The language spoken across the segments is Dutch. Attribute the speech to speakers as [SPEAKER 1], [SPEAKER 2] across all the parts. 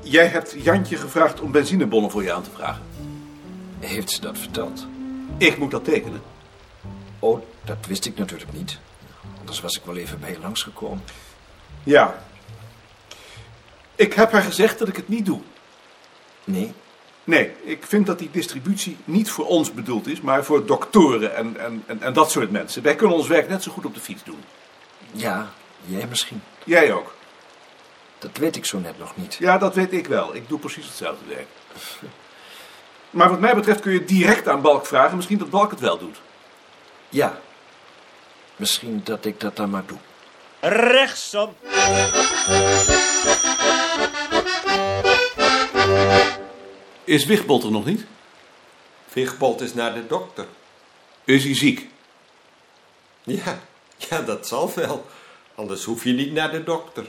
[SPEAKER 1] Jij hebt Jantje gevraagd om benzinebonnen voor je aan te vragen.
[SPEAKER 2] Heeft ze dat verteld?
[SPEAKER 1] Ik moet dat tekenen.
[SPEAKER 2] Oh, dat wist ik natuurlijk niet. Anders was ik wel even bij je langsgekomen.
[SPEAKER 1] Ja. Ik heb haar gezegd dat ik het niet doe.
[SPEAKER 2] Nee,
[SPEAKER 1] Nee, ik vind dat die distributie niet voor ons bedoeld is, maar voor doktoren en, en, en, en dat soort mensen. Wij kunnen ons werk net zo goed op de fiets doen.
[SPEAKER 2] ja, jij misschien.
[SPEAKER 1] Jij ook.
[SPEAKER 2] Dat weet ik zo net nog niet.
[SPEAKER 1] Ja, dat weet ik wel. Ik doe precies hetzelfde werk. Maar wat mij betreft kun je direct aan Balk vragen. Misschien dat Balk het wel doet.
[SPEAKER 2] Ja. Misschien dat ik dat dan maar doe.
[SPEAKER 3] Rechtsom.
[SPEAKER 1] Is Wigbold er nog niet?
[SPEAKER 4] Vigbold is naar de dokter.
[SPEAKER 1] Is hij ziek?
[SPEAKER 4] Ja, ja, dat zal wel. Anders hoef je niet naar de dokter.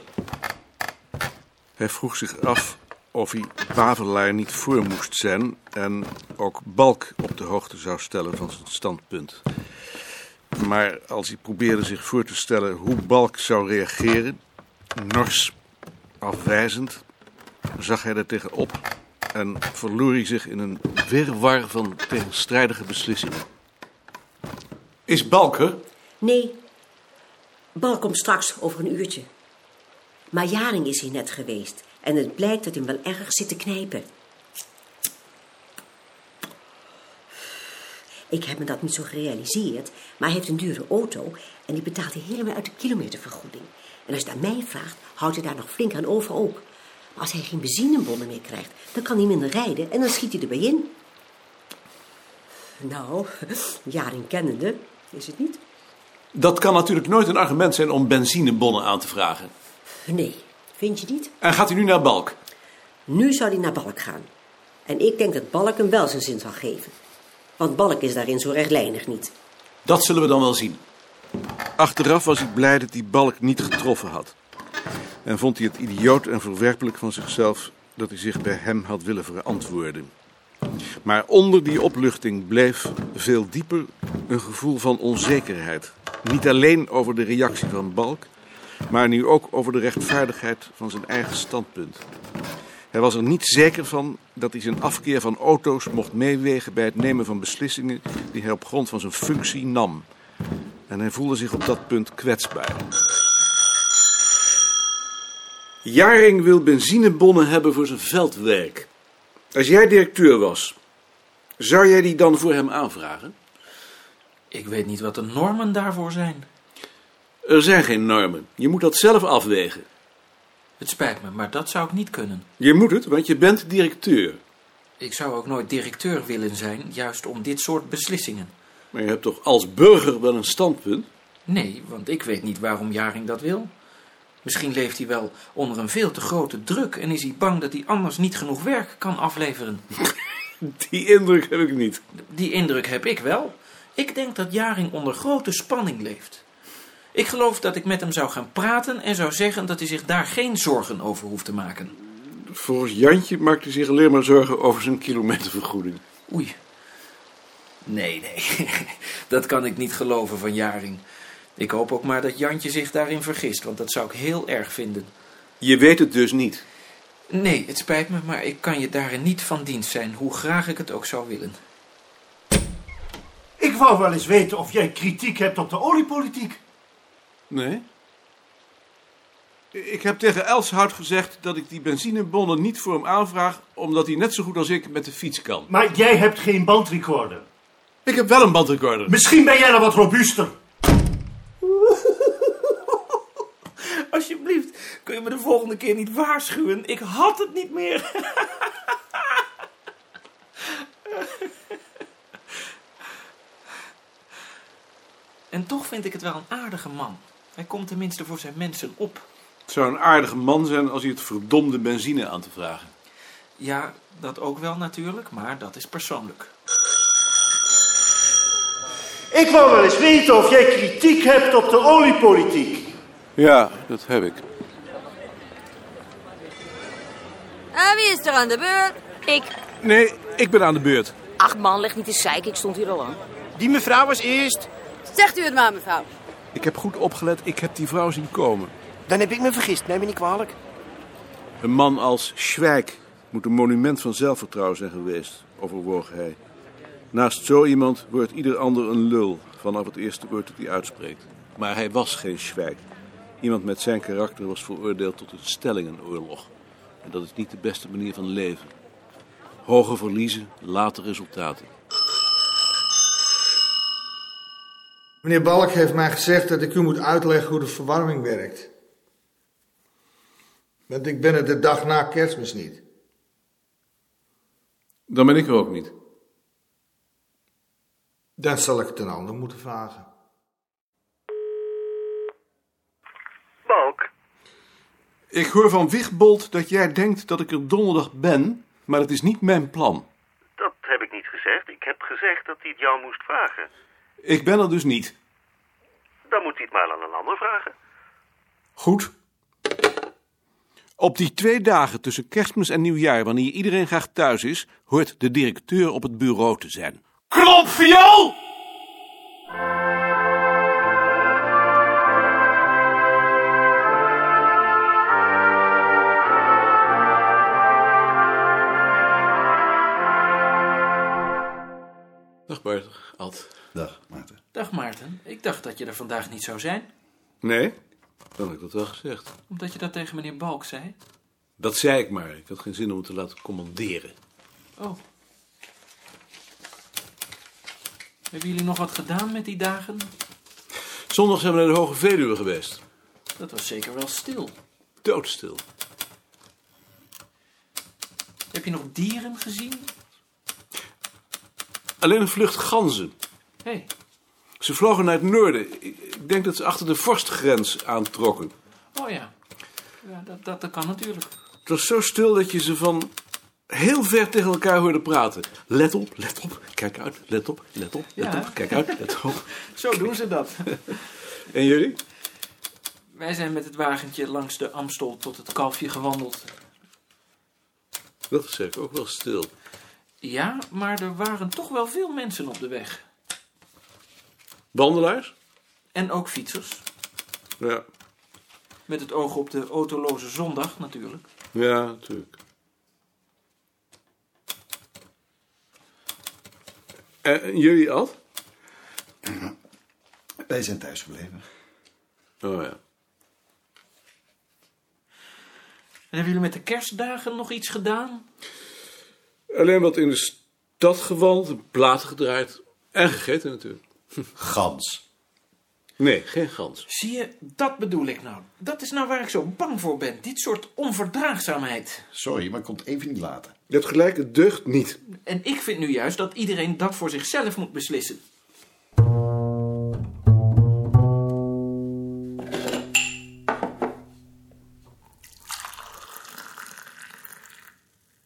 [SPEAKER 5] Hij vroeg zich af of hij Bavelaar niet voor moest zijn en ook Balk op de hoogte zou stellen van zijn standpunt. Maar als hij probeerde zich voor te stellen hoe Balk zou reageren, nors, afwijzend, zag hij er tegen op en verloor hij zich in een wirwar van tegenstrijdige beslissingen.
[SPEAKER 1] Is Balker?
[SPEAKER 6] Nee, Bal komt straks over een uurtje. Maar Jaring is hier net geweest en het blijkt dat hij hem wel erg zit te knijpen. Ik heb me dat niet zo gerealiseerd, maar hij heeft een dure auto en die betaalt hij helemaal uit de kilometervergoeding. En als je het aan mij vraagt, houdt hij daar nog flink aan over ook. Maar als hij geen benzinebonnen meer krijgt, dan kan hij minder rijden en dan schiet hij erbij in. Nou, Jaring kennende, is het niet?
[SPEAKER 1] Dat kan natuurlijk nooit een argument zijn om benzinebonnen aan te vragen.
[SPEAKER 6] Nee, vind je niet?
[SPEAKER 1] En gaat hij nu naar Balk?
[SPEAKER 6] Nu zou hij naar Balk gaan. En ik denk dat Balk hem wel zijn zin zal geven. Want Balk is daarin zo rechtlijnig niet.
[SPEAKER 1] Dat zullen we dan wel zien.
[SPEAKER 5] Achteraf was ik blij dat die balk niet getroffen had. En vond hij het idioot en verwerpelijk van zichzelf dat hij zich bij hem had willen verantwoorden. Maar onder die opluchting bleef veel dieper een gevoel van onzekerheid. Niet alleen over de reactie van Balk, maar nu ook over de rechtvaardigheid van zijn eigen standpunt. Hij was er niet zeker van dat hij zijn afkeer van auto's mocht meewegen bij het nemen van beslissingen die hij op grond van zijn functie nam. En hij voelde zich op dat punt kwetsbaar.
[SPEAKER 1] Jaring wil benzinebonnen hebben voor zijn veldwerk. Als jij directeur was, zou jij die dan voor hem aanvragen?
[SPEAKER 7] Ik weet niet wat de normen daarvoor zijn.
[SPEAKER 1] Er zijn geen normen. Je moet dat zelf afwegen.
[SPEAKER 7] Het spijt me, maar dat zou ik niet kunnen.
[SPEAKER 1] Je moet het, want je bent directeur.
[SPEAKER 7] Ik zou ook nooit directeur willen zijn, juist om dit soort beslissingen.
[SPEAKER 1] Maar je hebt toch als burger wel een standpunt?
[SPEAKER 7] Nee, want ik weet niet waarom Jaring dat wil. Misschien leeft hij wel onder een veel te grote druk en is hij bang dat hij anders niet genoeg werk kan afleveren.
[SPEAKER 1] Die indruk heb ik niet.
[SPEAKER 7] Die indruk heb ik wel. Ik denk dat Jaring onder grote spanning leeft. Ik geloof dat ik met hem zou gaan praten en zou zeggen dat hij zich daar geen zorgen over hoeft te maken.
[SPEAKER 5] Volgens Jantje maakte hij zich alleen maar zorgen over zijn kilometervergoeding.
[SPEAKER 7] Oei. Nee, nee. Dat kan ik niet geloven van Jaring. Ik hoop ook maar dat Jantje zich daarin vergist, want dat zou ik heel erg vinden.
[SPEAKER 1] Je weet het dus niet.
[SPEAKER 7] Nee, het spijt me, maar ik kan je daarin niet van dienst zijn, hoe graag ik het ook zou willen.
[SPEAKER 3] Ik wou wel eens weten of jij kritiek hebt op de oliepolitiek.
[SPEAKER 1] Nee? Ik heb tegen Elshout gezegd dat ik die benzinebonnen niet voor hem aanvraag, omdat hij net zo goed als ik met de fiets kan.
[SPEAKER 3] Maar jij hebt geen bandrecorder.
[SPEAKER 1] Ik heb wel een bandrecorder.
[SPEAKER 3] Misschien ben jij dan wat robuuster.
[SPEAKER 7] Alsjeblieft, kun je me de volgende keer niet waarschuwen? Ik had het niet meer. en toch vind ik het wel een aardige man. Hij komt tenminste voor zijn mensen op.
[SPEAKER 1] Het zou een aardige man zijn als hij het verdomde benzine aan te vragen.
[SPEAKER 7] Ja, dat ook wel natuurlijk, maar dat is persoonlijk.
[SPEAKER 3] Ik wou wel eens weten of jij kritiek hebt op de oliepolitiek.
[SPEAKER 5] Ja, dat heb ik.
[SPEAKER 8] En Ah, wie is er aan de beurt? Ik.
[SPEAKER 1] Nee, ik ben aan de beurt.
[SPEAKER 6] Ach man, leg niet te zeiken, ik stond hier al aan.
[SPEAKER 3] Die mevrouw was eerst.
[SPEAKER 8] Zegt u het maar, mevrouw.
[SPEAKER 1] Ik heb goed opgelet, ik heb die vrouw zien komen.
[SPEAKER 3] Dan heb ik me vergist, neem me niet kwalijk.
[SPEAKER 5] Een man als Schwijk moet een monument van zelfvertrouwen zijn geweest, overwoog hij. Naast zo iemand wordt ieder ander een lul vanaf het eerste woord dat hij uitspreekt. Maar hij was geen Schwijk. Iemand met zijn karakter was veroordeeld tot een stellingenoorlog. En dat is niet de beste manier van leven. Hoge verliezen, late resultaten.
[SPEAKER 9] Meneer Balk heeft mij gezegd dat ik u moet uitleggen hoe de verwarming werkt. Want ik ben er de dag na kerstmis niet.
[SPEAKER 5] Dan ben ik er ook niet.
[SPEAKER 9] Dan zal ik het een ander moeten vragen.
[SPEAKER 10] Balk,
[SPEAKER 5] Ik hoor van Wigbold dat jij denkt dat ik er donderdag ben, maar dat is niet mijn plan.
[SPEAKER 10] dat heb ik niet gezegd. Ik heb gezegd dat hij het jou moest vragen.
[SPEAKER 5] Ik ben er dus niet.
[SPEAKER 10] Dan moet hij het maar aan een ander vragen.
[SPEAKER 5] Goed. Op die twee dagen tussen kerstmis en nieuwjaar, wanneer iedereen graag thuis is, hoort de directeur op het bureau te zijn.
[SPEAKER 7] Klop, viool!
[SPEAKER 1] Dag Bart, Ad.
[SPEAKER 11] Dag, Maarten.
[SPEAKER 7] Dag Maarten, ik dacht dat je er vandaag niet zou zijn,
[SPEAKER 5] Nee? Dan heb ik dat wel gezegd.
[SPEAKER 7] omdat je dat tegen meneer Balk zei.
[SPEAKER 1] Dat zei ik maar. Ik had geen zin om het te laten commanderen.
[SPEAKER 7] Oh. Hebben jullie nog wat gedaan met die dagen?
[SPEAKER 1] Zondag zijn we naar de Hoge Veluwe geweest.
[SPEAKER 7] Dat was zeker wel stil.
[SPEAKER 1] Doodstil.
[SPEAKER 7] Heb je nog dieren gezien?
[SPEAKER 1] Alleen een vlucht ganzen.
[SPEAKER 7] Hé, hey,
[SPEAKER 1] Ze vlogen naar het noorden. Ik- Ik denk dat ze achter de vorstgrens aantrokken.
[SPEAKER 7] oh ja. Ja, dat, dat, dat kan natuurlijk.
[SPEAKER 1] Het was zo stil dat je ze van heel ver tegen elkaar hoorde praten. Let op, let op, kijk uit, let op, let op, let
[SPEAKER 7] Ja.
[SPEAKER 1] op, kijk uit, let op.
[SPEAKER 7] Zo doen ze dat.
[SPEAKER 1] En jullie?
[SPEAKER 7] Wij zijn met het wagentje langs de Amstel tot het kalfje gewandeld.
[SPEAKER 1] Dat is zeker ook wel stil.
[SPEAKER 7] Ja, maar er waren toch wel veel mensen op de weg.
[SPEAKER 1] Wandelaars?
[SPEAKER 7] En ook fietsers.
[SPEAKER 1] Ja,
[SPEAKER 7] Met het oog op de autoloze zondag natuurlijk.
[SPEAKER 1] ja, natuurlijk. En en jullie al?
[SPEAKER 11] Wij zijn thuis gebleven.
[SPEAKER 1] Oh ja.
[SPEAKER 7] En hebben jullie met de kerstdagen nog iets gedaan?
[SPEAKER 1] Alleen wat in de stad gewand, een plaat gedraaid en gegeten natuurlijk.
[SPEAKER 11] Gans.
[SPEAKER 1] Nee, geen gans.
[SPEAKER 7] Zie je, dat bedoel ik nou. Dat is nou waar ik zo bang voor ben. Dit soort onverdraagzaamheid.
[SPEAKER 11] Sorry, maar komt even niet later.
[SPEAKER 5] Je hebt gelijk, het deugt niet.
[SPEAKER 7] En ik vind nu juist dat iedereen dat voor zichzelf moet beslissen.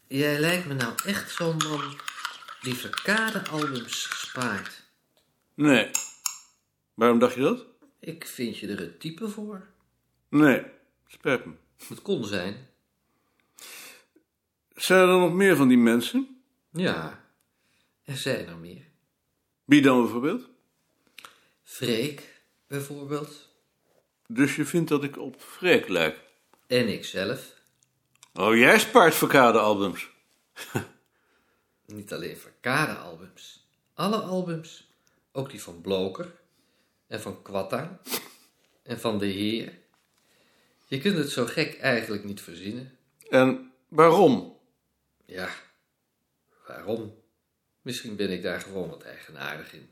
[SPEAKER 12] Jij lijkt me nou echt zo'n man die verkade albums spaart.
[SPEAKER 1] Nee. Waarom dacht je dat?
[SPEAKER 12] Ik vind je er het type voor.
[SPEAKER 1] Nee, spijt me.
[SPEAKER 12] Het kon zijn.
[SPEAKER 1] Zijn er dan nog meer van die mensen?
[SPEAKER 12] Ja, er zijn er meer.
[SPEAKER 1] Wie dan bijvoorbeeld?
[SPEAKER 12] Freek, bijvoorbeeld.
[SPEAKER 1] Dus je vindt dat ik op Freek lijk?
[SPEAKER 12] En ikzelf.
[SPEAKER 1] Oh, jij spaart verkadealbums.
[SPEAKER 12] Niet alleen verkade albums. Alle albums. Ook die van Bloker. En van Quatta. En van De Heer. Je kunt het zo gek eigenlijk niet verzinnen.
[SPEAKER 1] En waarom?
[SPEAKER 12] Ja, waarom? Misschien ben ik daar gewoon wat eigenaardig in.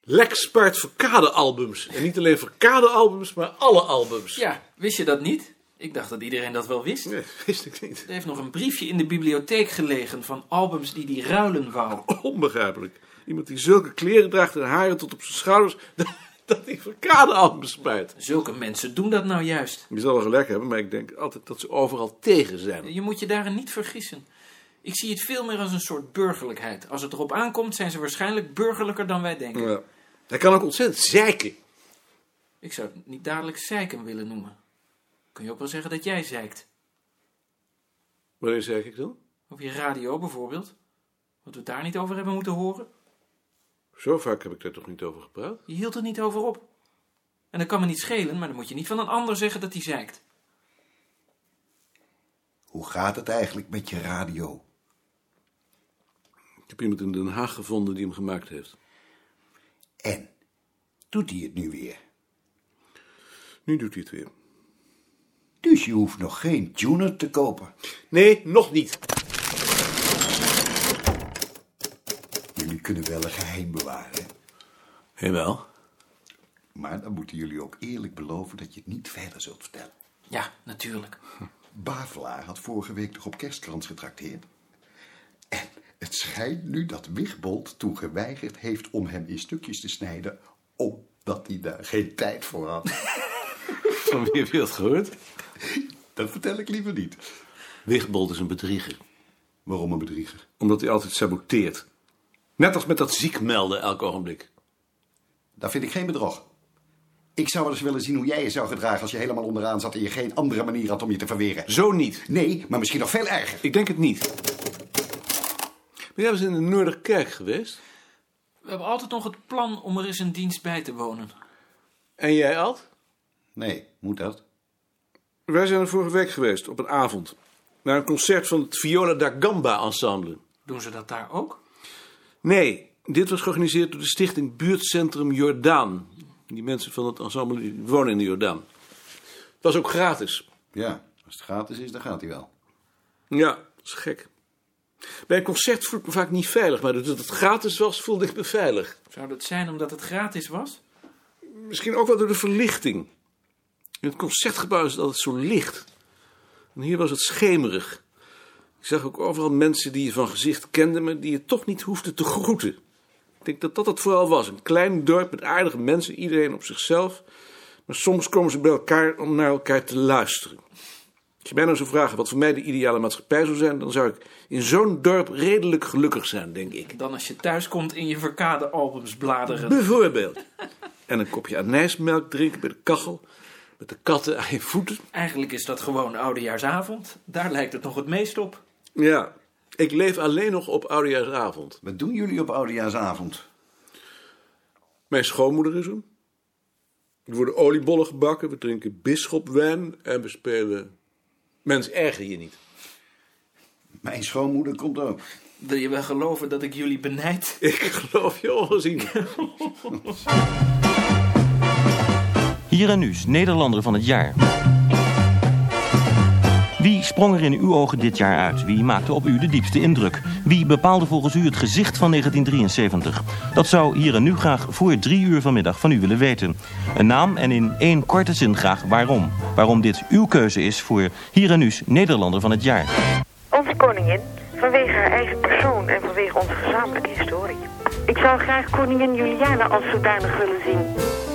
[SPEAKER 1] Lex spaart verkadealbums. En niet alleen verkadealbums, maar alle albums.
[SPEAKER 7] Ja, wist je dat niet? Ik dacht dat iedereen dat wel wist.
[SPEAKER 1] Nee, dat wist ik niet.
[SPEAKER 7] Er heeft nog een briefje in de bibliotheek gelegen van albums die die ruilen wou.
[SPEAKER 1] Onbegrijpelijk. Iemand die zulke kleren draagt en haren tot op zijn schouders, dat- dat hij verkadealbums spaart.
[SPEAKER 7] Zulke mensen doen dat nou juist.
[SPEAKER 1] Je zal wel gelijk hebben, maar ik denk altijd dat ze overal tegen zijn.
[SPEAKER 7] Je moet je daarin niet vergissen. Ik zie het veel meer als een soort burgerlijkheid. Als het erop aankomt, zijn ze waarschijnlijk burgerlijker dan wij denken.
[SPEAKER 1] Ja. Hij kan ook ontzettend zeiken.
[SPEAKER 7] Ik zou het niet dadelijk zeiken willen noemen. Kun je ook wel zeggen dat jij zeikt?
[SPEAKER 1] Wanneer zeik ik dan?
[SPEAKER 7] Op je radio bijvoorbeeld. Wat we het daar niet over hebben moeten horen.
[SPEAKER 1] Zo vaak heb ik daar toch niet over gepraat?
[SPEAKER 7] Je hield er niet over op. En dat kan me niet schelen, maar dan moet je niet van een ander zeggen dat hij zeikt.
[SPEAKER 11] Hoe gaat het eigenlijk met je radio?
[SPEAKER 1] Ik heb iemand in Den Haag gevonden die hem gemaakt heeft.
[SPEAKER 11] En? Doet hij het nu weer?
[SPEAKER 1] Nu doet hij het weer.
[SPEAKER 11] Dus je hoeft nog geen tuner te kopen.
[SPEAKER 1] Nee, nog niet.
[SPEAKER 11] Jullie kunnen wel een geheim bewaren.
[SPEAKER 1] Jawel.
[SPEAKER 11] Maar dan moeten jullie ook eerlijk beloven dat je het niet verder zult vertellen.
[SPEAKER 7] Ja, natuurlijk.
[SPEAKER 11] Bavelaar had vorige week nog op kerstkrans getrakteerd. En het schijnt nu dat Wigbold toen geweigerd heeft om hem in stukjes te snijden... omdat hij daar geen tijd voor had.
[SPEAKER 1] Van wie heb je dat gehoord?
[SPEAKER 11] Dat vertel ik liever niet.
[SPEAKER 1] Wigbold is een bedrieger.
[SPEAKER 11] Waarom een bedrieger?
[SPEAKER 1] Omdat hij altijd saboteert. Net als met dat ziek melden elk ogenblik.
[SPEAKER 11] Dat vind ik geen bedrog. Ik zou wel eens willen zien hoe jij je zou gedragen als je helemaal onderaan zat... en je geen andere manier had om je te verweren.
[SPEAKER 1] Zo niet.
[SPEAKER 11] Nee, maar misschien nog veel erger.
[SPEAKER 1] Ik denk het niet. Maar jij was in de Noorderkerk geweest.
[SPEAKER 7] We hebben altijd nog het plan om er eens een dienst bij te wonen.
[SPEAKER 1] En jij, Ad?
[SPEAKER 11] Nee, moet dat?
[SPEAKER 1] Wij zijn er vorige week geweest, op een avond. Naar een concert van het Viola da Gamba Ensemble.
[SPEAKER 7] Doen ze dat daar ook?
[SPEAKER 1] Nee, dit was georganiseerd door de stichting Buurtcentrum Jordaan. Die mensen van het ensemble die wonen in de Jordaan. Het was ook gratis.
[SPEAKER 11] Ja, als het gratis is, dan gaat hij wel.
[SPEAKER 1] Ja, dat is gek. Bij een concert voel ik me vaak niet veilig, maar doordat het gratis was, voelde ik me veilig.
[SPEAKER 7] Zou dat zijn omdat het gratis was?
[SPEAKER 1] Misschien ook wel door de verlichting. In het concertgebouw is het altijd zo licht. En hier was het schemerig. Ik zag ook overal mensen die je van gezicht kende, maar die je toch niet hoefde te groeten. Ik denk dat dat het vooral was. Een klein dorp met aardige mensen, iedereen op zichzelf. Maar soms komen ze bij elkaar om naar elkaar te luisteren. Als je mij nou zou vragen wat voor mij de ideale maatschappij zou zijn, dan zou ik in zo'n dorp redelijk gelukkig zijn, denk ik.
[SPEAKER 7] Dan als je thuis komt in je verkade albums bladeren.
[SPEAKER 1] Bijvoorbeeld. En een kopje anijsmelk drinken bij de kachel. Met de katten aan je voeten.
[SPEAKER 7] Eigenlijk is dat gewoon oudejaarsavond. Daar lijkt het nog het meest op.
[SPEAKER 1] Ja, ik leef alleen nog op oudejaarsavond.
[SPEAKER 11] Wat doen jullie op oudejaarsavond?
[SPEAKER 1] Mijn schoonmoeder is er. Er worden oliebollen gebakken, we drinken bisschopwijn en we spelen... Mens, erger je niet.
[SPEAKER 11] Mijn schoonmoeder komt ook.
[SPEAKER 7] Wil je wel geloven dat ik jullie benijd?
[SPEAKER 1] Ik geloof je ongezien.
[SPEAKER 13] Hier en nu's, Nederlander van het jaar. Wie sprong er in uw ogen dit jaar uit? Wie maakte op u de diepste indruk? Wie bepaalde volgens u het gezicht van 1973? Dat zou hier en nu graag voor drie uur vanmiddag van u willen weten. Een naam en in één korte zin graag waarom. Waarom dit uw keuze is voor hier en nu's Nederlander van het jaar.
[SPEAKER 14] Onze koningin, vanwege haar eigen persoon en vanwege onze gezamenlijke historie. Ik zou graag koningin Juliana als zodanig willen zien.